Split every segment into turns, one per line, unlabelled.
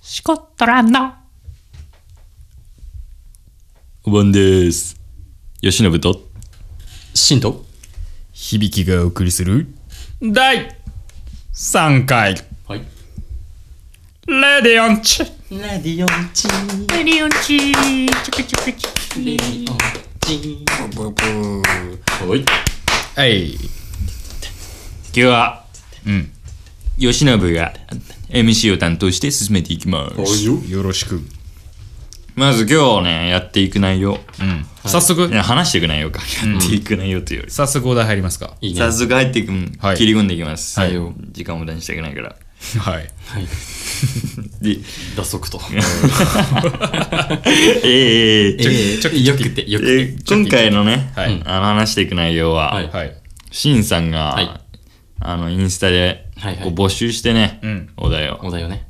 シコットランド。
お盆です。吉信と
シンと
響きがお送りする
第3回。
はい
レディオンチ。
ラディオンチー
レディオンチ。チュクチュクチュ
レディオンチーはい
はい
今日は、うん、吉信が MC を担当して進めていきます。
よ
よろしく、
まず今日ね、やっていく内容。
早速
いや話していく内容か。やっていく内容というより。
早速お題入りますか
いいね
早速入っていく、うん
はい
切り込んでいきます。
はい
うん時間を無駄にしたくないから。
はい
はい
で、
打足と
えー
えーちょよくてよく
え
て
ー今回のね、
はい
あの話していく内容は、
はい
はい
シンさんが、
はい
あのインスタで
はいはい
こう募集してね、
うん
お題を
お題をね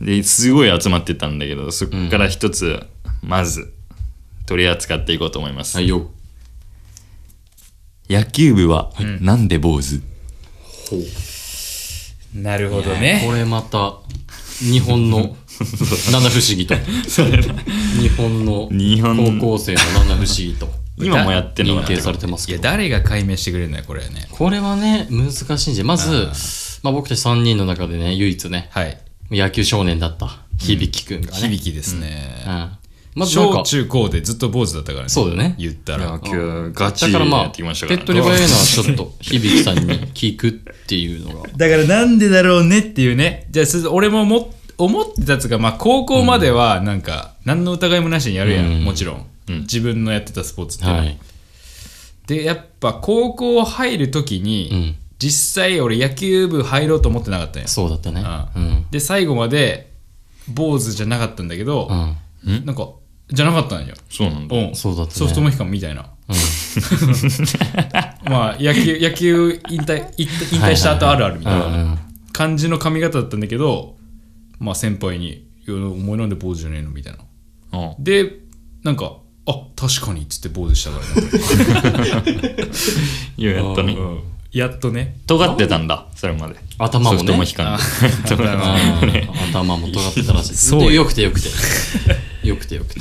ですごい集まってたんだけどそこから一つ、まず取り扱っていこうと思います、
はいよ
野球部は、なんで坊主
ほう
なるほどね
これまた日本 の七不思議と日本の
日本の
高校生の七不思議と
今もやってるの
認
か
定
な
されてます
い
け
や
ど
誰が解明してくれるんだよこれはね
これはね難しいんでまずまあ僕たち3人の中でね唯一ね
はい
野球少年だった響くんがね
響きです
う
ね、
んまずなん
小
か
中高でずっと坊主だったからね
そうだよね
言った
いや
ら
今日ガチ
だ
で
からま
やっ
あ
てき
手
ましたから、
っ取り早いのはちょっと響さんに聞くっていうのが
だからなんでだろうねっていうねじゃあす俺もも思ってたつうか、まあ、高校まではなんか何の疑いもなしにやるやん、
うん
もちろん、自分のやってたスポーツって いうのは、
はい
でやっぱ高校入る時に、
うん
実際俺野球部入ろうと思ってなかったんや
そうだったねう
うん
ん
で最後まで坊主じゃなかったんだけど、
うん
なんかじゃなかったんよ、
そうなんだ
うん、
そうだったね
ソフトモヒカンみたい な、まあ野球野球引退引退引退した後あるあるみたい
うんう
なん感じの髪型だったんだけどまあ先輩に「いやお前なんで坊主じゃねえの?」みたいな
うん
でなんか「あ確かに」っつって坊主したからね
いややっとね、
俺やっとね
尖ってたんだそれまで
頭
ソ
も
フトも
ね
引か ん
うん頭も尖ってたらしい。
そうよ
でよくてよくて。よくてよくて。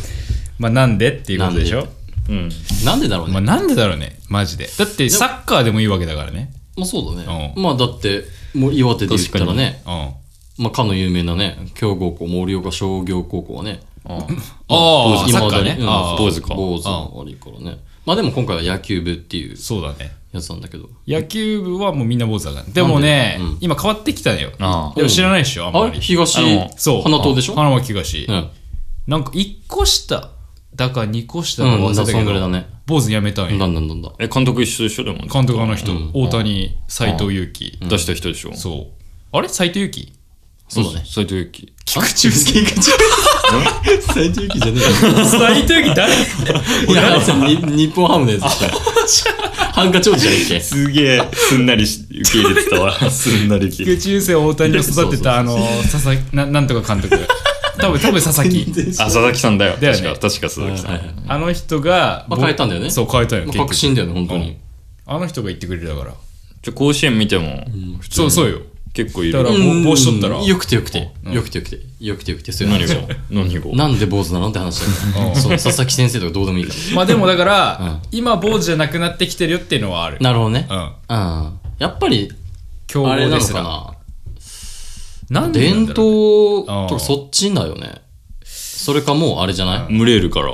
まあなんでっていうことでしょ
うん
なんでだろうね。
まあなんでだろうねマジでだってサッカーでもいいわけだからね
まあそうだね。
う
まあだって、もう岩手で言ったらね、
うんあ
まあかの有名なね、強豪校、盛岡商業高校はね、
あサ
今
ッ
ま
カー
で
ねああ
坊
坊
主
主
か。
か
坊主のありからね。まあでも今回は野球部っていう
そうだね
やつなんだけど。
野球部はもうみんな坊主だからでもね、
なんでうん
今変わってきたのよ
ああ
でも知らないでしょあん
あ
ま
れ
り
東
あの、
そう
花党でしょ
あ花巻東、
うん。
なんか1個下だか2個下
う
だか
ん、
忘
だ
れた
ん
け
そ
ど、
んぐらいだね。
坊主やめたん
だ
よ
んだんだんだん。
え監督一緒でしょでも
監督あの人、大谷斎藤佑樹、
出した人でしょ
そうあれ斎藤 佑樹
そうだね。
斎藤佑樹
菊池祐希。 最中期じゃねえよ。
斎藤佑樹 誰
いや、あいつに日本ハムのやつでしょ。ハンカチ王子じゃないっけ
すげえすんなりし受け入れてたわすんなり受け入れ
菊池雄星大谷を育てたあの佐々木ななんとか監督多分多分佐々木
あ佐々木さんだよ
だよね
確か確か佐々木さん、
はいはい
あの人が、
まあ変えたんだよね
そう変えたんよ
まあ
結局
確信だよね、本当に。
あの人が言ってくれるだから
ちょ甲子園見ても
そうそうよ
結構い
だ
る
から
うん
ぼ帽子取ったら
よくてよくて、よくてよくて、よくてよくて、そういう
何
話
が
を。
何が
なんで坊主なのって話だよね。 そう、佐々木先生とかどうでもいいか
まあでもだから、今坊主じゃなくなってきてるよっていうのはある
ら。なるほどね
う。ん
うん。やっぱり、
強
あれ
豪
な
で
の
す
からな。
なんでな
伝
んだろう
統
あ
と
ー
かそっちだよね。それかもうあれじゃない
群れるから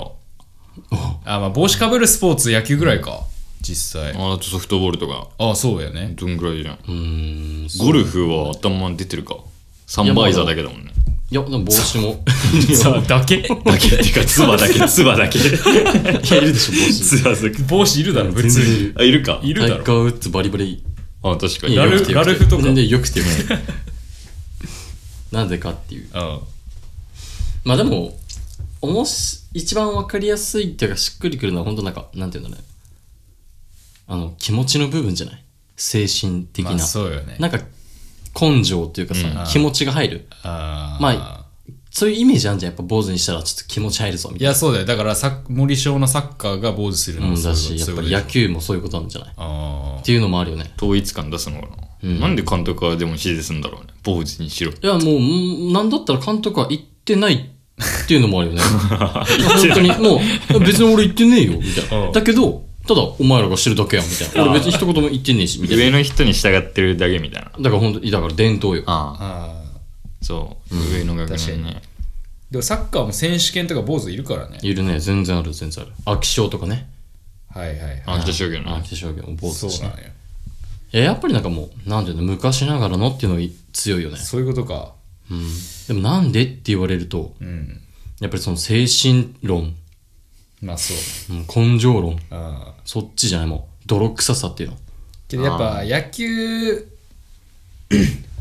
あまあ帽子かぶるスポーツ野球ぐらいか実際
あとソフトボールとか
あそうやね
どんぐらいじゃん
うーん。い
ゴルフは頭出てるかサンバイザーだけだもんね
や、でも帽子も。
さあだけ
だけっていうか唾だけ唾だけ
いや、いるでしょ、帽
唾だけ
帽子いるだろ普通に
あいるか
いる
子。タ
だ
イ
ろ
ガーウッズバリバリ。
あ確か
い
に
や
ラル
よくてよくて
ラルフとか
で、よくてよくて。なぜかっていう。
うん
まあでも、おもし、一番わかりやすいっていうか、しっくりくるのは、本当なんか、なんていうんだろうね。あの、気持ちの部分じゃない精神的な。
まあそうよね
なんか、根性っていうかさ、気持ちが入る。
あー
まあ、そういうイメージあんじゃん。やっぱ坊主にしたらちょっと気持ち入るぞ、み
い
たいな。
や、そうだよ。だからサッ、森章のサッカーが坊主するの
う
も
ん、
そう
だ
い
し、
うこ
やっ
と
ぱ
そ
り
うい
野球
うことでしょ
もそういうことなんじゃないっ
あ
ていうのもあるよね。
統一感出すのかな、
ん
なんで監督はでも指示するんだろうね坊主にしろ
いや、もううん、なんだったら監督は言ってないっていうのもあるよ ね。本当に、もう、別に俺言ってねえよ、みたいな。だけど、ただ、お前らが知るだけやん、みたいな。俺別に一言も言ってねえし、みたいな。
上の人に従ってるだけみたいな
だから本当だから伝統よ。
ああ
あ。
そう、上の学年ね
でもサッカーも選手権とか坊主いるからね。
いるね、全然ある、全然ある。秋賞とかね。
はいはいはい。
秋田商業の
秋賞業も坊主
そ
だ
う
し
な
ね
の。よ。
いややっぱりなんかもう、なんていうの、昔ながらのっていうのが強いよね。
そういうことか。
うん。でもなんでって言われると、
うん。
やっぱりその精神論、
まあそ
う
う。
ん根性論、
うん。
そっちじゃない、もう、泥臭さっていうの。
けどやっぱ野球、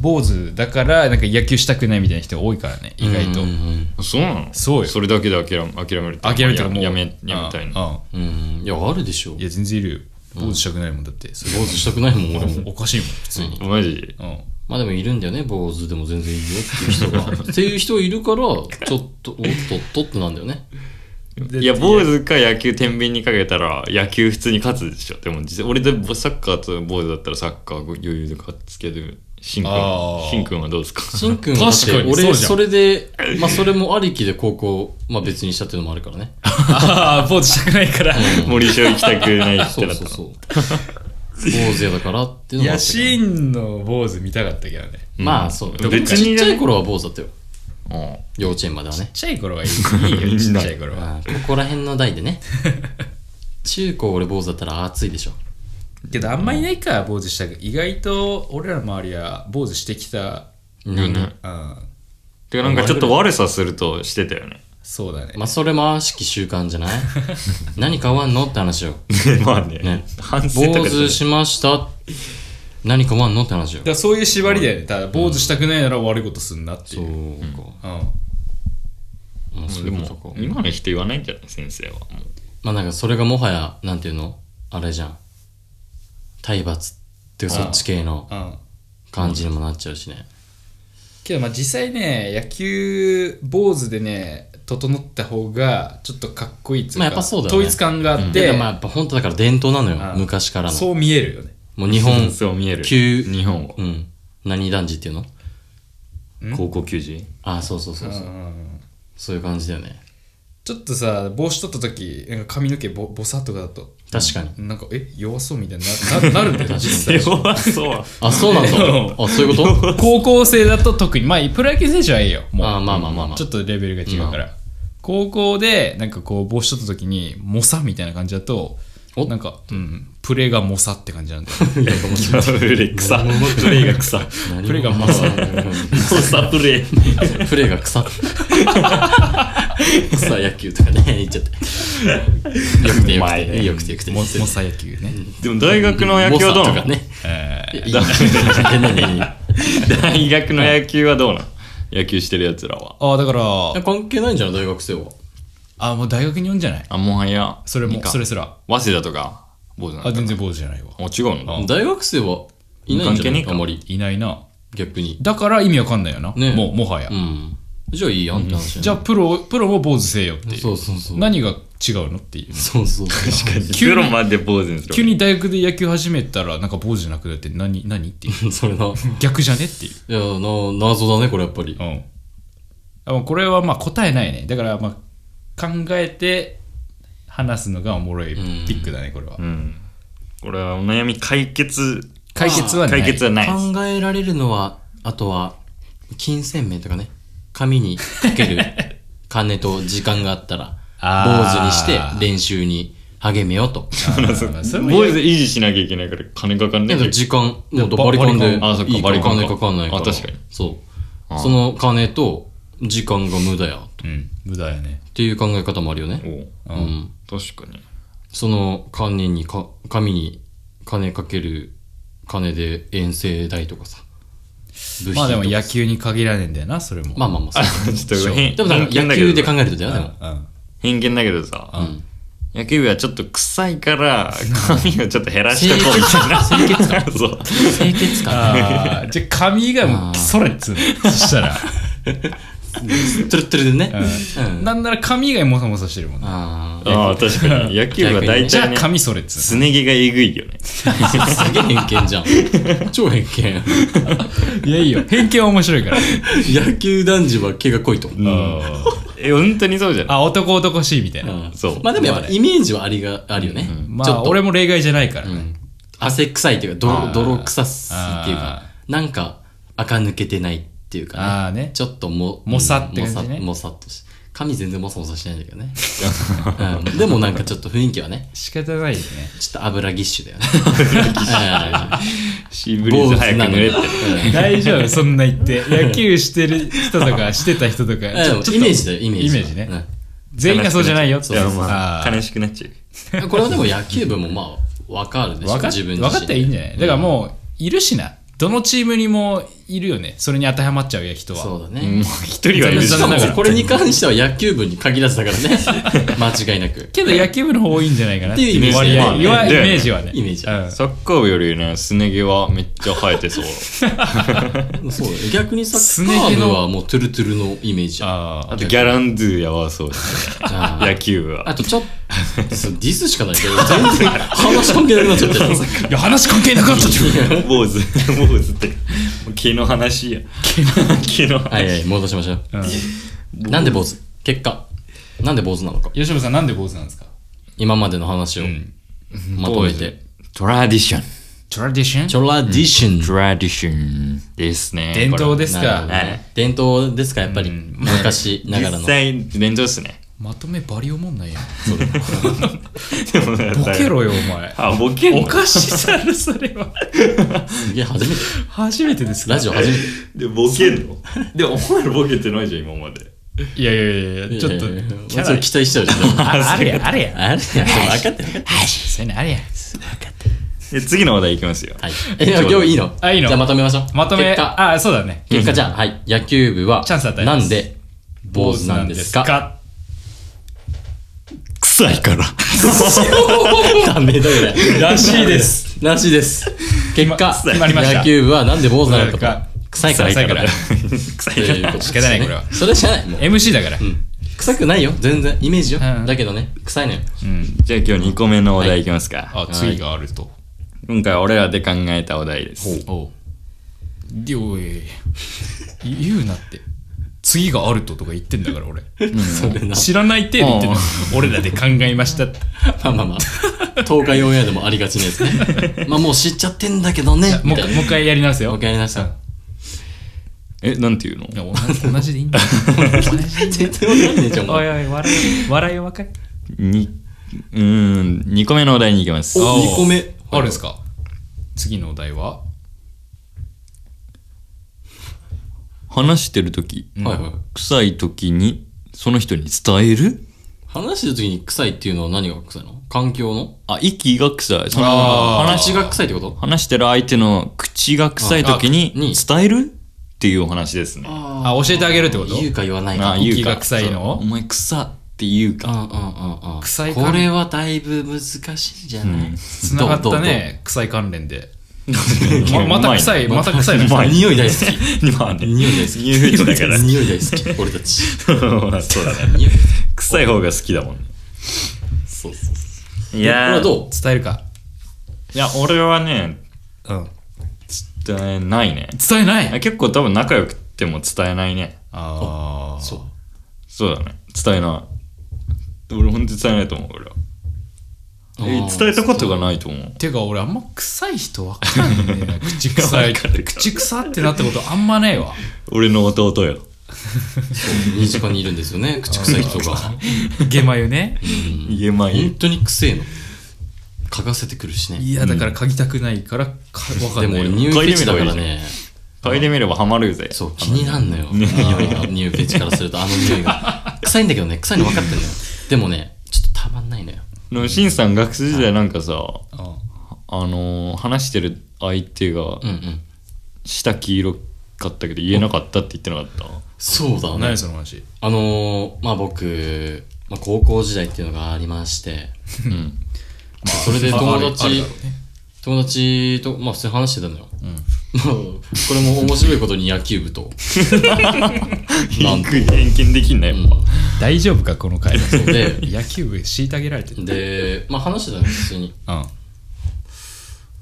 坊主だから、なんか野球したくないみたいな人多いからね、意外と
うん。
そうなの
そうよ
それだけで諦め諦める
諦めたらもう。
やめやめたいな
な。
うんうん。うんいや、あるでしょ。
うん
坊
いや、全然いるよ。坊主したくないもんだって。それ
主したくないもん、 俺も。
おかしいもん、普通に。
マジ
うん。
まあでもいるんだよね、坊主でも全然いいよっていう人が。 っていう人いるから、ちょっと、おっとっとってなんだよね。
いや坊主か野球天秤にかけたら野球普通に勝つでしょでも実際俺でサッカーと坊主だったらサッカー余裕で勝つけどしんく
あ
ん
ー
しんくんはどうですか
しんくんはだっ
確か
て、
にそう
俺、
じゃん
それで、まあそれもありきで高校、まあ別にしたっていうのもあるから ね。
ああ、坊主したくないから。
森翔行きたくないって
そ
な
う
った
そう
の
そう。坊主やだからっていう
い
のもあ
や、
ったけど
シーンの坊主見たかったけどね。
まあそう。でも
別
ち
にね
っちゃい頃は坊主だったよ。
うん
幼稚園まではね。
ちっちゃい頃はいいいいよ、ちっちゃい頃は。
まあここら辺の代で ね。中高俺坊主だったら暑いでしょ。
けどあんまいないか、坊主したく意外と俺らの周りは坊主してきた。
よね。
うん。
てかなんかちょっと悪さするとしてたよね。
そうだね。
まあそれも悪しき習慣じゃない何変わんのって話よ。
まあね。
ね
反省と
坊
か
主
し
しました。何変わんのって話よ
だか。らそういう縛りだよね。ただ、坊主したくないなら悪いことすんなってい
そう
う。うん。
か。まあそう
で
いうこと
も
か。
今の人言わないんじゃない先生は。も
まあなんかそれがもはや、なんていうのあれじゃん。体罰っていうかそっち系の
うん。
感じにもなっちゃうしね。
けどまあ実際ね、野球坊主でね、整った方がちょっとかっこいいっていうか、
まあやっぱそうだよね
統一感があって、
で、まあやっぱ本当だから伝統なのよ。
うん
昔からの。
そう見えるよね。
もう日
う
本、
そう見える。
急
日本は。
うん。何男児っていうの
高校球児
ああ、そうそうそうそう。
うん
そういう感じだよね。
ちょっとさ、帽子取った時、なんか髪の毛ボボサッとかだと、
確かに。
なんか、え、弱そうみたいになななるんだよね、 実際。
弱そう。
あ、そうなんだ。あ、そういうこと
高校生だと特に、まあ、プロ野球選手はいいよ。もう
あーまあまあまあまあ
ちょっとレベルが違うから。高校で、なんかこう、帽子取った時に、モサみたいな感じだと、
お
なんか、うん、プレーがモサって感じなんだよ。
プレー草。プレーが草。
プレーがま
さ
草
さ
プレー。
プレーが草 草野球とかね言っちゃってよくてよくて、よくてよくて
モモサ野球ね。
でも大学の野球はどうな
モサとか
の
ね
え
いやいいね いいねいいね
大学の野球はどうなの野球してる奴らは。
ーああ、だから、
関係ないんじゃない大学生は
あもう大学に呼んじゃない
あ、もはや。
それ
いい
も、
か
それすら。
早稲田とか、坊主なん
あ、
だ。
全然坊主じゃないわ。
あ、違うんだ。
大学生はいないん
関
じゃ
係
な
ね
い
えか
あまり
いないな。
逆に
だから意味わかんないよな。
ね
もう、もはや。
うんじゃあいいやんって話
じゃあ、プロ、プロも坊主せえよっていう。
そうそうそう
何が違うのっ ていう。
そうそう確かに
急に
プロまで坊主にする。
急に大学で野球始めたら、なんか坊主じゃなくなって何、何っていう。
それない
逆じゃねっていう。
やな謎だねこれやっぱり
うん。あもうこれはまあ答えないね。だからまあ考えて話すのがおもろいピックだね、これは
う。ん。これはお悩み解決。
解決はない。
解決はないです。
考えられるのはあとは金銭面とかね紙にかける金と時間があっ たら
あー
坊主にして練習に励めようと
あーそれも
ボーイズ維持しなきゃいけないから金かかん
で
ねえ
も時間もうバリカンでい
バリカ
い
ンあそっか
から
バリカンか
金かかんないから
あ確かに
そうその金と時間が無駄やっ
うん、無駄やね。
ていう考え方もあるよね
お
うん
確かに。
その金にか紙に金かける金で遠征代とかさ部費とか
まあでも野球に限らねえんだよな、それも。
まあまあまあそ う
ちょっと変
でもなんか野球で考えるとだよ、でも。
うん。
偏見だけどさ、野球部はちょっと臭いから髪をちょっと減らしてこうみたいな。清潔 そう。
清潔感。
あーじゃあ髪がもう、それっつうの。そしたら。
トゥルットゥルでね。うん
なんなら髪がもさもさしてるもんね。
あー
ああ、確かに。野球部は大
じゃあ
体ね、
髪それっつ
すね毛がえぐいよね。
すげえ偏見じゃん。 超偏見。
うのいやいいよ。偏見は面白いから。
野球男児は毛が濃いと思う。
え、本当にそうじゃない
あ、男男しいみたいな。
うん
そう
まあでもやっぱイメージはありが、あるよね。
ま
ちょっ
あ、
と
俺も例外じゃないからね。
汗臭いというか、泥、泥臭すっていうか
あ、
なんか、垢抜けてないっていうかね。
あーね
ちょっとも、
もさって感じね
うんもさもさっとし。髪全然もさもさしてないんだけど ね。うんでもなんかちょっと雰囲気はね、
仕方ないよね。
ちょっと油ぎっしゅだよね。
シーブリーズ早く
なの
濡
に
れ
う
って。
ん
大丈夫、 そんな言って。野球してる人とか、してた人とか、
あで
ちょ
も
ちょっと
イメージだよ、イメージは。
イメージね全員がそうじゃないよって。
いや、ま
あ
あ、
ー
悲しくなっちゃう。
うんこれはでも野球部もまあ、わかるでしょ、
分かっ
自分
分
自身。
かったらいいんじゃないだから
う
もう、いるしな。どのチームにもいるよね。それに当てはまっちゃうや人
ん。
は。
そうだね。
もう一人はいる
残
し
念ながら
これに関しては野球部に限らずだからね。 間違いなく。
けど野球部の方多いんじゃないかな
っていうイメージ
割合
まあね
イメージはね。
イメージは
うん
サッカー部よりね、すね毛はめっちゃ生えてそう。
そうだよ逆にサ
す
ッ
ね
カー
毛の
部はもうトゥルトゥルのイメージあ
あ
あと、ギャランドゥやばそうですね。
あ
野球部
あ
は。
とちょっ と、そうディスしかないけど、全然話関係なくなっちゃってる。
あ。いや、話関係なくなっちゃった
坊主、坊主って。もう毛の話 や。毛の話。
はいはい、戻しましょう。なんで坊主結果。なんで坊主なのか。
吉野さん、なんで坊主なんですか
今までの話をまとめて。
トラディション。
トラディション
トラディション。
トラディションです ね。
伝統です
なるほど
か。
はい
ね伝統ですか、やっぱり。昔
こ
な
れ
が
は
らの
実。際、伝統ですね。
まとめバリおもんないやん。
でもね
ボケろよ、お前。
あ、ボケんの
おかしいだろ、それは。
すげえ、初めて。
初めてですか
ラジオ初めて。
で、ボケんので、お前らボケてないじゃん、今ま で。
いやいやいや いや、ちょっと。
いやいやいや
キャ
ちょっ
ラ
と期待しちゃうじゃん。
ああれや、あれや。
あれ 分かってる。
そういうのあれや。
で、次の話題いきますよ。
はい。え、今日いいの
あいいの
じゃあまとめましょう。
まとめ、
結果、
あ、そうだね。
結果じゃあ、はい。野球部は
チャンス与、え
な
ます
んで、坊主なんですか
臭いから。
ダメだよね。
らしいです。
らしいです。結果、
決まりました
野球部はなんで坊主なの
なん
か
か
と。臭いから。
臭いから
臭
と
い
いう
か
こと
ら。
です
仕方ないこれは
ね それじゃない。もう
MC だから。
臭くないよ。全然。イメージよ
う。ん
だけどね、臭いのよ。
じゃあ今日2個目のお題いきますか。
あ、次があると。
今回俺らで考えたお題です。
おう。でおい。言うなって。次があるととか言ってんだから、俺。
それな。
知らない程度言ってんの。俺らで考えましたって。
まあまあまあ。東海オンエアでもありがちなやつ ね。まあもう知っちゃってんだけどね。
も
み
う
た
一
いな
回もう一回やり直すよ。
もう一回やり直した
うん
え、なんていうの
いや同じ同じでいいんだよ。同じでいいんだ
全
よ
然わかんねえじゃん。お
おい
前
おい、笑い、笑いを分かる。
に、うーん、2個目のお題に行きます。
お二個目
あるんですか次のお題は
話してるとき、
はいはい。
臭いときに、その人に伝える
話してる時に臭いっていうのは何が臭いの環境の
あ、息が臭い。その
あー
話
話
が、
が臭いってこと
話してる相手の口が臭いとき
あに
に、伝えるっていうお話ですね。
あ、教えてあげるってこと
言うか言わないか。
言う息が臭いの
そうお前臭って言う
うん
か。
うんうんうん。
臭いか
これはだいぶ難しいんじゃない
つながっ
どうど
た
うどう
ね、臭い関 連で。ままた臭い、
うまい
また臭いの。
まあ
匂い大好き。
まあね。
匂い大好 き。
匂いだから。
匂い大好き。俺たち。
そうだね。
匂い。
臭い方が好きだもんね。
そうそう
い
そ。
う
これ
や
は
ー
どう
伝えるか。
いや、俺はね、
うん。
伝えないね。
伝えない。
結構多分仲良くても伝えないね。
ああ。
そう。
そうだね。伝えない。俺本当に伝えないと思う、俺は。え
あー
伝えたことがないと思う。
てか俺あんま臭い人わかんねえな。口臭い。口臭ってなったことあんまねえわ。
俺の弟よ。
身近にいるんですよね。口臭い人が。
下眉ね。
言えま
本
い。
当に臭いの。嗅がせてくるしね。
いや、だから嗅ぎたくないから、かわか
で
ん
も
ない
俺
わ。
匂いフェチだからね。
嗅いでみればハマるぜ。
そう、気になんのよ。匂いが。匂いフェチからすると、あの匂いが。臭いんだけどね、臭いの分かってんのよ。でもね、ちょっとたまんないのよ。
の、しんさん学生時代なんかさ、
あ
あのー、話してる相手が
うんうん。
舌黄色かったけど言えなかったって言ってなかった
そうだ
あ
ね
何。その話。
あのー、まあ僕、まあ、高校時代っていうのがありまして、
うん。
それで友達
ああるだろうね
友達と、まあ普通に話してたのよ。これも面白いことに野球部と。なんと。
偏見できんな、やっぱ。
大丈夫か、この回。
で、
野球部、虐げられてる。
で、まあ話してたのよ、普通に。
うん。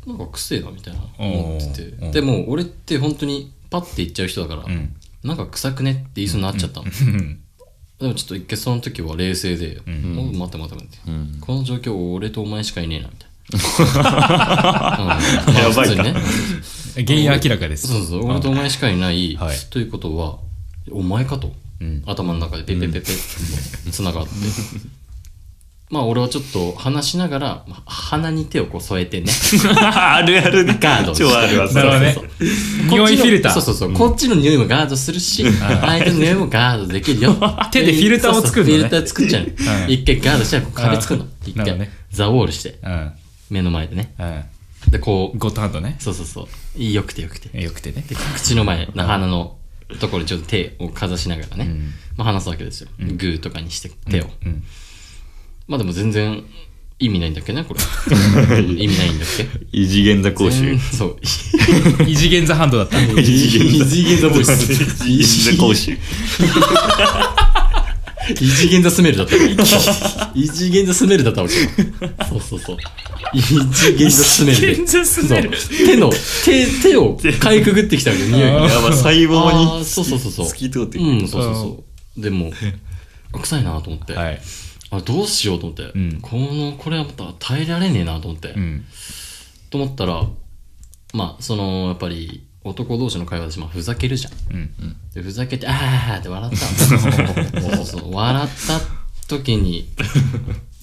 なんか癖だみたいな
おー
思って
うん
て。でも俺って本当にパッて言っちゃう人だから、
ん
なんか臭くねって言いそうになっちゃったの。でもちょっと一回その時は冷静で、もう待って待って待って、この状況俺とお前しかいねえなみたい な。うんまあ
やばいな
普通にね。
原因明らかです。
そうそう、俺とお前しかいない、
はい
ということは、お前かと、頭の中でペペペペってつながって。 まあ俺はちょっと話しながら、まあ鼻に手をこう添 えてね。
あるあるね。
ガードして
超あるわ、そ
なるほどね
うそうそう。
匂いフィルター
こっちのそうそうそう、こっちの匂いもガードするし、相手の匂いもガードできるよ。
手でフィルターを作るの
そうそうフ
ね
ィルター作っちゃうの。
うん
一回ガードしたらこう壁作るの
うん。
一
なるほど
回
ね、
ザウォールして、
うん。
目の前でね。
う
で、こ
ん。
う、
ゴッドハンドね。
そうそうそう、よくてよくて。
よくてね。
で口の前の鼻のところにちょっと手をかざしながらね、まあ、話すわけですよ、グーとかにして手を、
うん。
まあでも全然意味ないんだっけねこれ 意味ないんだっけ
異次元座講習
全。そう
異次元ザハンドだった。
異次
元座ボイス
異次元座講習。
異次元座スメルだった 異次元座スメルだったわけそうそうそう異次元座スメルで
全然すねる。
そう手の手手をかいくぐってきたわけ匂いが
やばい、細
あ
胞
ー
に。
そうそうそうそう
突き通ってく
う
る。
んそうそうそうでもあ臭いなと思って、
はい。
あどうしようと思って、
ん
このこれはまた耐えられねえなと思って、
うん。
と思ったらまあそのやっぱり男同士の会話でしまあふざけるじゃん、
うん
でふざけて「ああ」って笑ったのそうそうそう笑った時に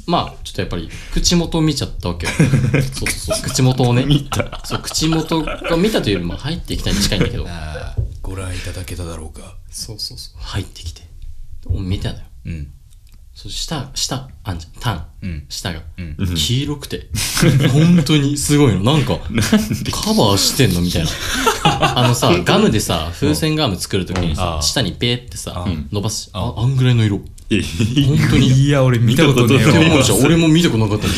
まあちょっとやっぱり口元を見ちゃったわけよそうそうそう口元をね見たそう口元が見たというよりも入ってきたに近いんだけど
ああ、ご覧いただけただろうか。
そうそうそう入ってきて見たのよ
うん。
そう舌、舌、あんじゃん、タン、
うん
舌が、黄色くて、本当にすごいの。なんか、カバーしてんのみたいな。あのさ、ガムでさ、風船ガム作るときにさ、舌にペーってさ、伸ばす。あ、あんぐらいの色。本
えへへ
当に。
いや、俺見たことね
見たこ
えわ。
と
もうじゃあ俺も見たことなかったの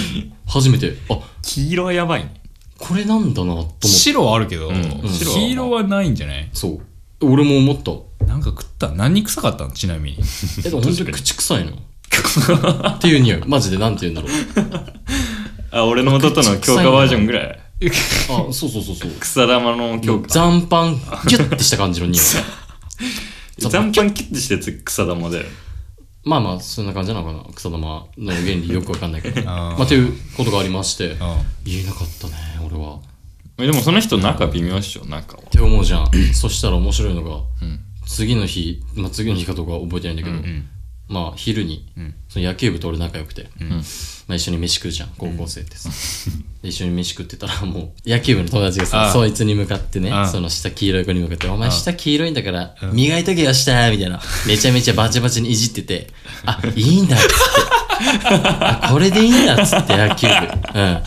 初めて。あ、
黄色はやばいね。
これなんだな、と思って。
白はあるけど、
白は
黄色はないんじゃない
そう。俺も思った。
なんか食った何臭かったのちな みに。
え、でも本当に口臭いの。っていう匂い。マジでなんて言うんだろう。
あ、俺の弟の強化バージョンぐらい。
あ、そうそうそうそう。
草玉の強化。
残 飯、ギュッてした感じの匂い。
残飯キュッてしたやつ草玉だよ。
まあまあ、そんな感じなのかな。草玉の原理よくわかんないけど。
あー
まあ、ということがありまして、
う
言えなかったね、俺は。っ
えでもその人仲微妙っしょ、仲は。
て思うじゃん。そしたら面白いのが、次の日、まあ次の日かどうかは覚えてないんだけど、まあ昼に、その野球部と俺仲良くて、まあ一緒に飯食うじゃん、高校生ってさ。で一緒に飯食ってたら、もう野球部の友達が
あ
さ
ー、
そいつに向かってね
あー、
その下黄色い子に向かって、お前下黄色いんだから、磨いとけよ、下みたいな。めちゃめちゃバチバチにいじってて、あ、いいんだっつって。あこれでいいんだっつって野球部。うん。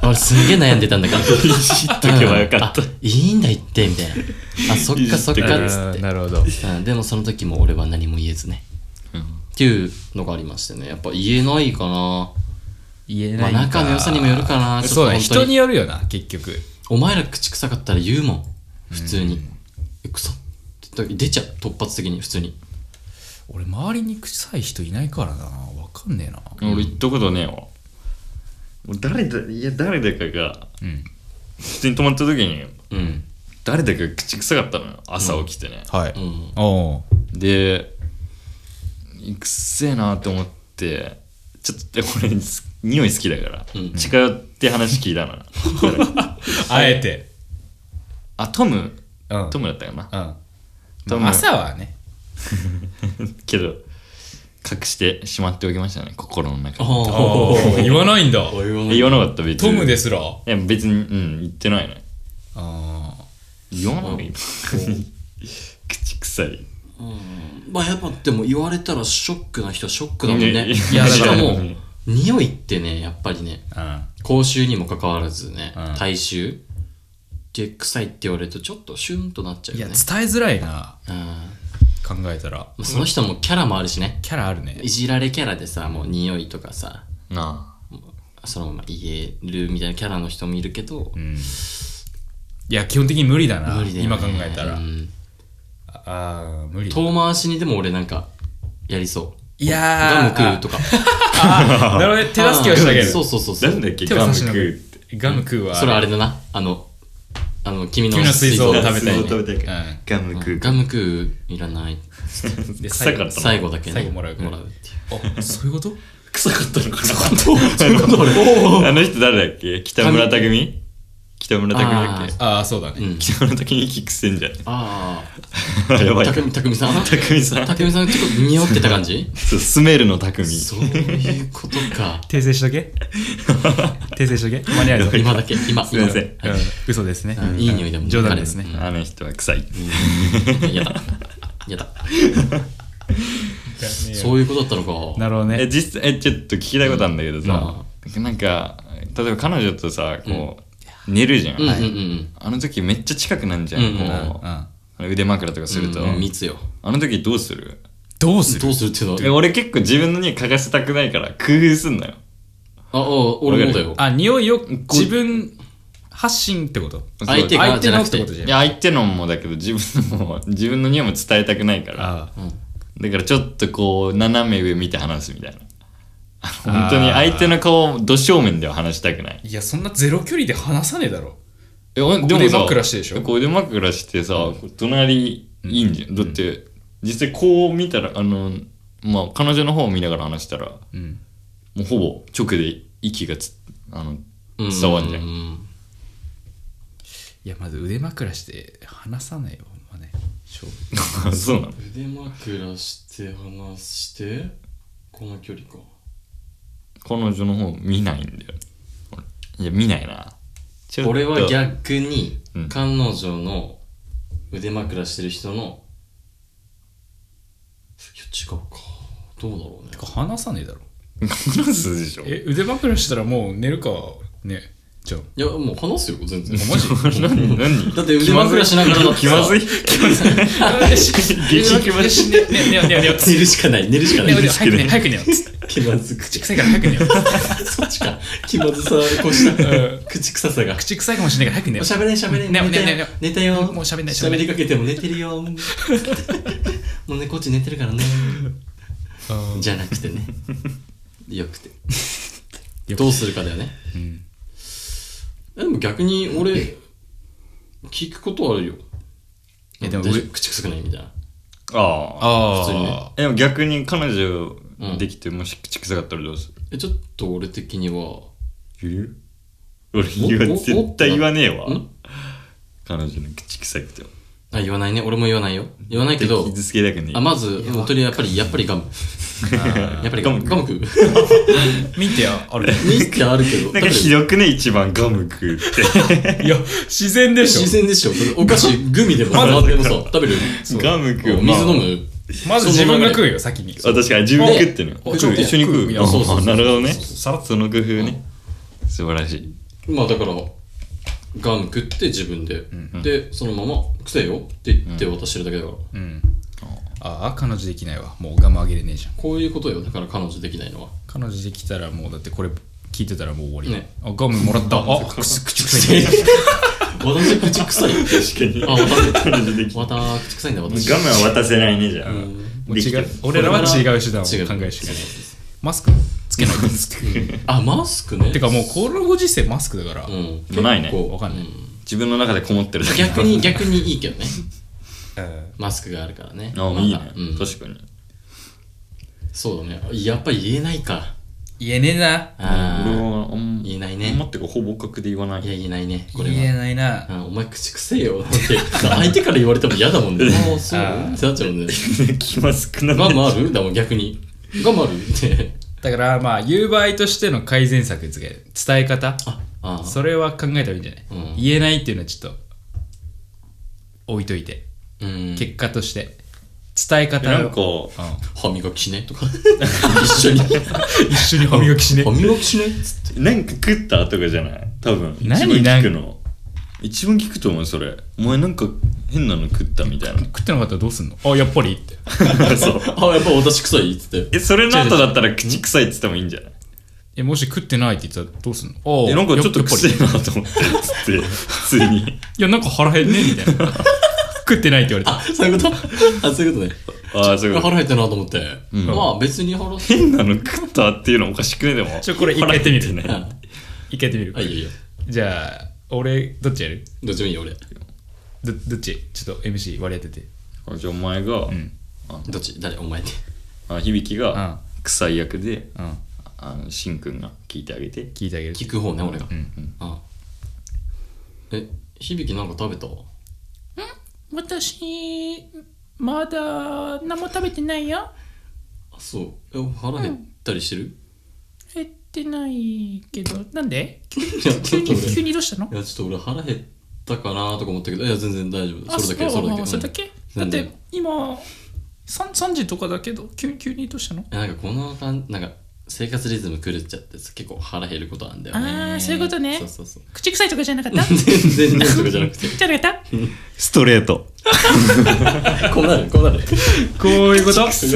俺すんげえ悩んでたんだけど。いじっ
とけばよかった
いいんだ言って、みたいな。あ、そっかそっかっつっ
ん
て。
なるほど。
うん、でもその時も俺は何も言えずね。っていうのがありましてね。やっぱ言えないかな。
言え
まあ仲の良さにもよるかな。ちょっと
そうだね、
本当
人によるよな、結局。
お前ら口臭かったら言うもん。普通に。え、臭っって出ちゃう。突発的に、普通に。
俺、周りに臭い人いないからな。わかんねえな。
俺行ったことねえわ。もう誰だ、いや、誰だかが、
ん
普通に泊まった時に、
うん。
誰だか口臭かったのよ。朝起きてね。
はい
ん。
おう
で、くっせえなと思って、ちょっと 俺、匂い好きだから、
ん
近寄って話聞いたの。
あえて。
あ、トム、
うん
トムだったかな。
うん。
トム、
まあ朝はね。
けど、隠してしまっておきましたね、心の中に。
ああ。
言わないんだ。
言わなかった、別に。。
トムですすら。
いや、別に、うん、言ってないね。
あ
言わない 口臭い。
まあやっぱでも言われたらショックな人はショックだもんね。
ね
いや
いや
しか
だ
も
からね、
匂いってね、やっぱりね、
あ。
口臭にもかかわらずね、
うん
体臭で臭いって言われるとちょっとシュンとなっちゃ
う
う
ん。いや、
よね
伝。えづらいな。
うん
考えたら。
まあその人もキャラもあるしね。
キャラあるね
い。じられキャラでさ、もう匂いとかさ、
なあ。
そのまま言えるみたいなキャラの人もいるけど、
うんいや、基本的に無理だな。
無理だよね
今考えたら。
うん
ああー、無理だ。
遠回しにでも俺なんか、やりそう。
いやー
ガム食うとか。
なるほどね、手助けをしてあげる。
そうそうそうそう。
なんだっけ
手を
ガム
差し伸
食
べ
うっ
る
て。
ガム食うは。
それあれだな。あの、あの、君の
君の水槽を食べ
水
たい
槽
ね。
食べたいから
うん
ガム食う
ガム食ういらない。
で
臭かった
最後だけね。
最後もらうから
もらうっていう。
あ、そういうこと
臭かったのか
お
なあの人誰だっけ北村匠海北村匠海だっけ
ああ、そうだね。
うん。
北村匠海キックせんじ ゃん
ああ。
やばい
たくみ、たくみさんた
匠海さん
くみさんちょっと匂ってた感じ
そうスメルの匠
そういうことか。
訂正し とけ。訂正しとけ。間に合うぞ。
今だけ、今、今。
すいません
うん嘘ですね
うん。いい匂いだもん
冗談ですね。
彼
あの人は臭い
はい。やだ。やだ。そういうことだったのか。
なるほど
え
ね。
実際えちょっと聞きたいことあるんだけどさ
ま
なんか例えば彼女とさこう寝るじゃん
うんうんうん
あの時めっちゃ近くなんじゃ
うんん
こ
う
うんあの腕枕とかすると
うん。密よ。
あの時どうする
どうす
ど
る
うするっていう
え
の
俺結構自分のに嗅がせたくないから工夫すんのよ
あ、あ、俺もだよ。
あ、匂いを自分発信ってこと
相手
相
がじ
手
ゃ
の
な
っ
く
て
て
こ。とじゃ
い
ん。
や相手のもだけど自分のも 自分のにも伝えたくないから
ああ
だからちょっとこう斜め上見て話すみたいな本当に相手の顔をど正面では話したくない
いや、そんなゼロ距離で話さねえだろ。
えお
こ
でもさ
腕枕してでしょ
こう腕枕してさ、こう隣いいんじゃん、だって実際こう見たらあのまあ彼女の方を見ながら話したらも
うん。
うほぼ直で息がつあの 伝わんじゃん
ん。
いや、まず腕枕して話さないよ、ほんまね。勝負
そうなの
腕枕して話して、この距離か。
彼女の方見ないんだよいや見ないなちょっと
俺は逆に
うん、
彼女の腕枕してる人の、いや、違うか。どうだろうね
て。か話さねえだろ。
話すでしょ
え、腕枕したらもう寝るか、ね。じゃあ、
いや、もう話すよ、全然。
何何
だって腕枕しながらだって
気まずい気まずい 激気ま ずい
ね、ね、ね、ね、ね、ね、
寝るしかない、寝るしかない。
早くね、早くね、つって
気まずく。
口臭いから早くね。
そっちか。気まずさを越した。口臭さが。
口臭いかもしれないから早
喋
くね。
れん喋れん。
ね
寝た
ね
よ
ね。
寝たよ。
もうもう喋んない喋ん
喋
ない
りかけても寝てるよ。もうね、こっち寝てるからね。じゃなくてね。よくて。どうするかだよね。えでも逆に俺、聞くことはあるよ。
え
え、
で
で
も
も
俺
俺、口臭くないみたいな。
ああ
ああ。
普通にね
でも逆に彼女できてもし口臭かったらどうする
え、ちょっと俺的には、
言う俺言わ
おお
絶対言わねえわ
ん
彼女の口臭くても
あ、言わないね。俺も言わないよ。言わないけど、
傷つけたくねえ
あまず、本当にやっぱり、やっぱりガム。やっぱりガム。ガム食う
見てよ、あれ。
ミスってあるけど。
なんかひどくね一番ガム食うって
いや、自然で
自
し
然でしょ。それお菓子、グミでも、までもさ、食べるそう
ガム食う
お
まあ
水飲
ょ。まず自分が食うよ、先に。
あ確かに自分で食ってるの
おちょっと
一緒に食う
食う
あ
そうそうそう
なるほどね
さらっと
その工夫ね素晴らしい
むまあだから、ガム食って自分で。で、そのまま、くせえよって言って渡してるだけだから。
うん。ああ、彼女できないわ。もう我慢あげれねえじゃん。
こういうことよ。だから彼女できないのは。
彼女できたらもう、だってこれ聞いてたらもう終わり。
ね
あ、ガムもら った。あ、くす口臭い。
私、口臭い。
確
あ、わ た、
彼女でき
わた、口臭いんだ、私。
ガムは渡せないねじゃあ
もう
できた
違う。俺らは違う手段を考
違う
えしかない。マスクつけない と つって。
あ、マスクね。
てかもう、このご時世マスクだから
う。ん。
もうないね
結構
わかんない。
自分の中でこもってるだけ
逆に、 逆にいいけどね。
うん
マスクがあるからね。
あいいね
うん
確かに
そうだね。やっぱり言えないか。
言えねえな。
あ
俺
ー
はあん
言えないね
思ってかほぼ確で言わない
いや、言えないね。これ
言え
は。
ないな。
あお前口くせえよ。だって 相手から言われても嫌だもんね。ああ、そう。ってなっちゃうも んね。
気まずくな
ガ
る
ムあるだもん逆に。ガムある って。
だからまあ言う場合としての改善策ですけど伝え方
ああ。
それは考えたらいいんじゃない、
うん
言えないっていうのはちょっと置いといて、
うん。
結果として伝え方
なん
の
か
歯磨きしねとか。 一緒に。
一緒に歯磨きし ね
歯磨きしねっつって。
なんか食ったとかじゃない多分一番聞
何
くの一番聞くと思うそれお前なんか変なの食ったみたい
食ってなかったらどうすんのあやっぱりって
なそう
あ、やっぱ私臭いっつって。
えそれの後だったら口臭いって言ってもいいんじゃない
え、もし食ってないって言ったらどうすんのああ
えなんかちょっと
やぱ
く
り
せえなと思ってつってついに
いや、なんか腹減んねみたいな。食ってないって言われた。
そういうことあ、そういうことね。
ああそういうこと
腹減ったなと思って。まあ別に腹減っ
変なの食ったっていうのおかしくねでも
ちょ、これ一回やってみる。
ね
た。あ
一回やってみる。
あ、いいよいいよ。
じゃあ、俺、どっちやる
どっちもいいよ、俺。
どどっちちょっと MC 割り当てて。
じゃあお前が、
どっち誰お前で。
あ響が
う
臭い役で、
うん。
あのしんくんが聞いてあげて
聞いてあげ る。。
聞く方ね、俺が。うんあえ、響きなんか食べた
私まだ何も食べてないよ
あそう。え、腹減ったりしてる
減ってないけどなんで急
いや、ちょっと
に
俺。
急にどうしたの
いや、ちょっと俺腹減ったかなとか思ったけど、いや、全然大丈夫。
あ
それだけ、
う
それだけ。
それだけ
うん
だっ
全
て
然
今 3, 3時とかだけど急急にどうしたの
いやなんかこの感じ、なんか生活リズム狂っちゃって、結構腹減ることなんだよね。
あーそういうことね
そうそう そう。
口臭いとかじゃなかった じ
全然大丈夫じゃな くて。
ゃなかった
ストレート
こうなる、こう なる。
こういうこと
気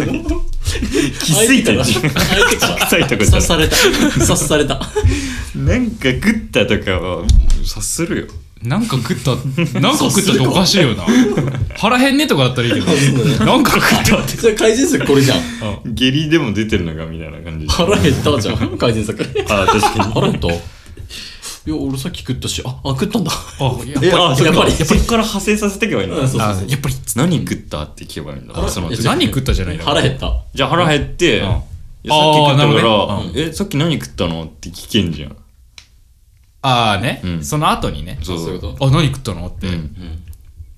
づいた
相
自
手
分
から相手から
臭いとこじゃな
刺さ
い
れた。刺された。
なんか食ったとかは察するよ
なんか食った、なんか食ったっておかしいよな。腹減んねとかだったらいいけど、なんか食ったって。
それ改善策これじゃん。
下痢でも出てるのかみたいな感じで
腹減ったじゃん。改善策。
あ確 かに
腹減ったいや、俺さっき食ったし、あ、あ食ったんだ。
あ、いや
えあやっぱり
そっから派生させていけばいいんだ
うんそうそうそう
やっぱり、
何食ったって聞けばいいんだ
腹
その
いや
時
じゃあ
何食ったじゃないの
腹減った。
じゃあ腹減って、い
ん
やさっき食ったか
あーな
ら、
るほど
えさっき何食ったのって聞けんじゃん
ああね、
うん
その後にね。
そう
そういうこと
あ、何食ったのって。
うん
うん。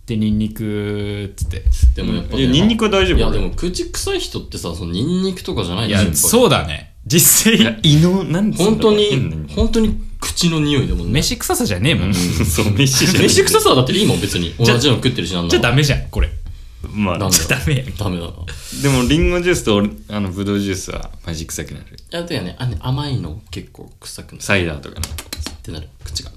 で、ニンニクっつって。
でもやっぱ
い
ね、
やニンニクは大丈夫
いや、でも口臭い人ってさ、そのニンニクとかじゃない
い
でしょ
や、そうだね。実
いや
際、
胃のなんつうんだろう
本当
変
に
な、
本当に口の匂いだもんね。
飯臭さじゃねえもん。じ
そう、飯じゃない。
飯臭さはだっていいもん、別に。同じの食ってるしなんな
ゃ
ら
ダメじゃん、これ。
まあ、
なんだ
で
よ
ダメやん。
ダメだな。い
も、リンゴジュースと俺あのブドウジュースはマジ臭くなる。
や、だよね、あね甘いの結構臭くなる。
サイダーとかね。
ってなる、口が。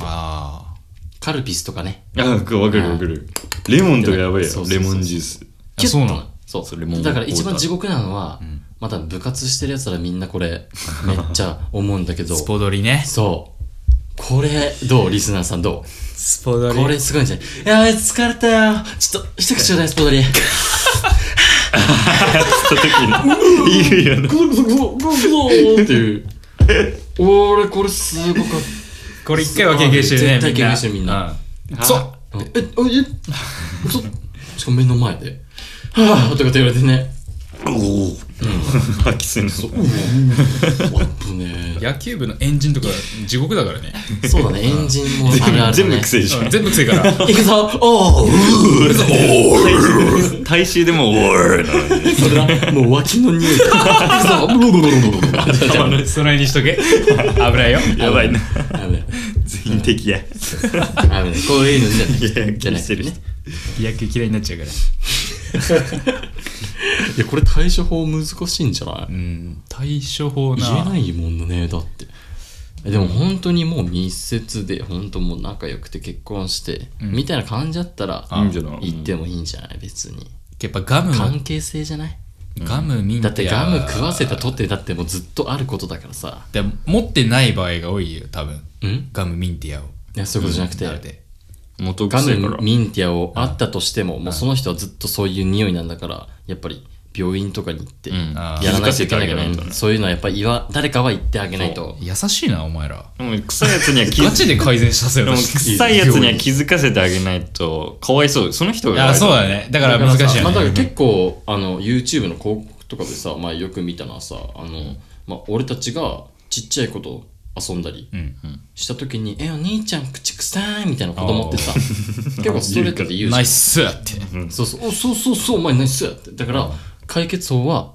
あ
カルピスとかね。
あ、わかるわかるわかる。レモンとかやばい
そ
よ
う。そうそ
レ
う
モンジュース。
あ。そうなの
そう。
それも
だから一番地獄なのは、また部活してる奴らみんなこれ、めっちゃ思うんだけど、
スポドリね。
そう。これ、どうリスナーさんどう
スポド
これすごいんじゃないいやー、疲れたよ。ちょっと、一口ちょうだい、スポドリ。
た時に。言うよな。
グログログログロっていう。俺、これすごかっ
これ一回は経験してるね。
絶対経験してるみんな。
うんそう
た。え、え、え、そ、しかも目の前で。はぁとかって言われてね。
おお。吐きすんの。
うわ、ぶね
野球部のエンジンとか地獄だからね。
え。そうだね、エンジンもあるある、ね。
全部臭いじゃ
うん
ん。
全部臭いから。
いくぞおー
大衆でも、おーなのに。
それは、もう脇の匂い。いくぞブルブルブルブルブル
その辺にしとけ。危ないよ。
やばいな。
あぶね
全員敵や。い
あぶねこういうのじゃない。
や、気にしてる
じゃ
人
な。
野球嫌いになっちゃうから。
いや、これ対処法難しいんじゃない
うん。対処法な。
言えないもんねだってえでも本当にもう密接で本当もう仲良くて結婚して、みたいな感じだったら
いいんじゃない
行ってもいいんじゃない別に
やっぱガムは
関係性じゃない
ガムみんな。
だってガム食わせたとってだってもうずっとあることだからさ
で持ってない場合が多いよ、多分。
ん
ガムミンティアを。
いやそういうことじゃなくて、
なので
元
ガ
臭いから
ム。ミンティアをあったとしても、もうその人はずっとそういう匂いなんだからやっぱり病院とかに行って
ん
やらな
気づ
いといけないから、
かせてあげないとね
そういうのはやっぱり言わ誰かは言ってあげないと
優しいな、お前ら。
で も臭いやつには気
ガ
づ
チで改善したせよ。
でも
確かに
臭いやつには気づかせてあげないと、かわいそう。その人が
い
かわ
や、
い
そうだね。だから難しい
ま
よ
あ、だから
ね。
結構あの YouTube の広告とかでさ、まあ、よく見たのはさあの、まあ、俺たちがちっちゃい子と遊んだり
ん
した時に「えお兄ちゃん口臭い」みたいな子供ってさ結構ストレートで言うじゃ
ナ
ん
イスって。
そうそうおそうそうそうお前ナイスやってだから解決法は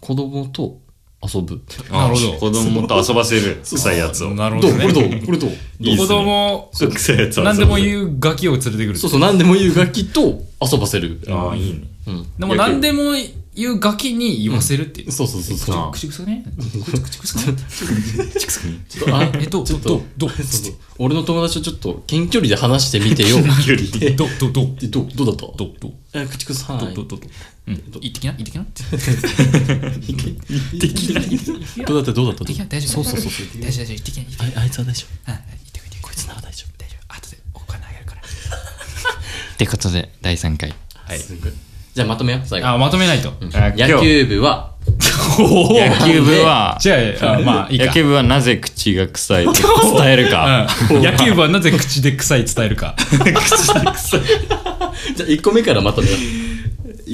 子供と遊ぶ
なるほど
子供と遊ばせる臭いやつを。
なるほ
ど
ど
うこれどう
ね。
これどう
いいっす
子
ね
供、
そう臭いやつを遊ば
何
せ
で
る
も言うガキを連れてくる
そう。そう何でも言う楽器と遊ばせる
ああ、いいね。
うん
でも何でもいうガキに言わせるっていう。
そうそうそうそう。
口臭くね口臭くね口臭くね
ちょっとあ
え、どう
ち
ど
ょっ
う
と
どうどう
そうそう俺の友達とちょっと近距離で話してみて よ。
距離で。
どうどうどう
でどうどうだった
どうどう
え、口くさん。
どうどうどううん。行ってきな行ってきな行
できない。 どうだったどうだった
ってきな大丈夫
そうそうそうそう。
大丈夫大丈夫行ってきな行ってきな
ああいつは大丈
うんうん行ってこい行って
夫。
こい
こいつなら大丈夫。
大丈夫後でお金あげるから。
ってことで、第3回。
はい。
じゃあまとめよう、最後。
あ、まとめないと。
あ今
野
日
球部は、
野 球部は、
じゃあ、あまあ、いいか。
野球部はなぜ口が臭 いと伝えるか。
うん 野球部はなぜ口で臭い伝えるか。
じゃあ1個目からまとめよう。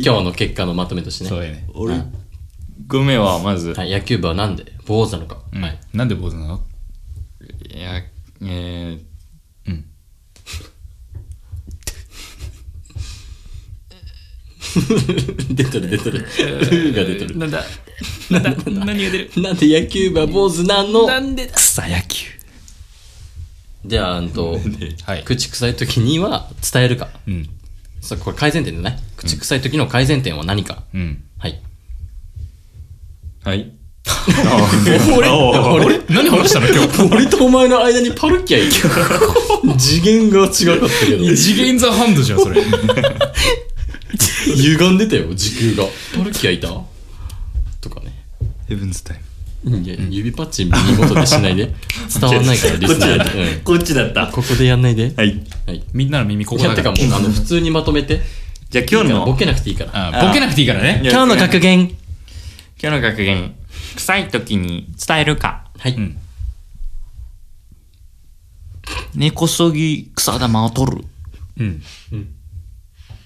今日の結果のまとめとして
そう
ね。
やね。
俺、ごめんはまず、
はい、野球部はなんで坊主なのか。はい。
なんで坊主なの
いや、えー、
出てる出 てる。ルーが出てる。
なんだなんだ何が出る
なんで野球部は坊主なの
なんでだ
草野球。
じゃあ、うん と、
はい。
口臭い時には伝えるか。
うん。
そう、これ改善点でね。口臭い時の改善点は何か。
うん。
はい。
はい。
俺
何話したの今日。
俺とお前の間にパルキアいる 次元が違かったけど。
次元ザハンドじゃん、それ。
歪んでたよ、時空が。パルキアいたとかね。
ヘブンズタイム。
いや、指パッチン耳元でしない で。伝わんないから、リ
こっ
ス
ち
ナ
だ
ー
っ
に。うん
た。こっちだった。
ここでやんないで。
はい。
はい。
みんなの耳こ
い
こ
や、
だ
て
か
からも。う、あの、普通にまとめて。
じゃあ今日の、
ボケなくていいから。
あボケなくていいからね。
今日の格
言。
今日の格言。臭い時に伝えるか。
はい。
ん
根こそぎ草玉を取る。
うん。
うん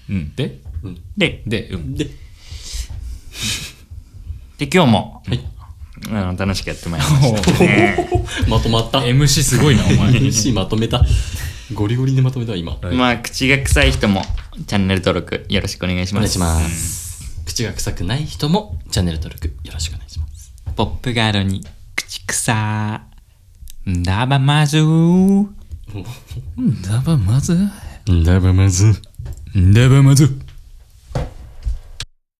うん。で
で、
で、うん。
で、
で今日も、
はい
あの楽しくやってまいりました。
まとまった。
MC すごいな、お前。
MC まとめた。ゴリゴリでまとめた、今。
まあ、口が臭い人もチャンネル登録よろしくお願いし
お
ます。
願いします。口が臭くない人もチャンネル登録よろしくお願いします。
ポップガードに口臭。んだばまずー。
だばまず。
だばまず。
だばまず。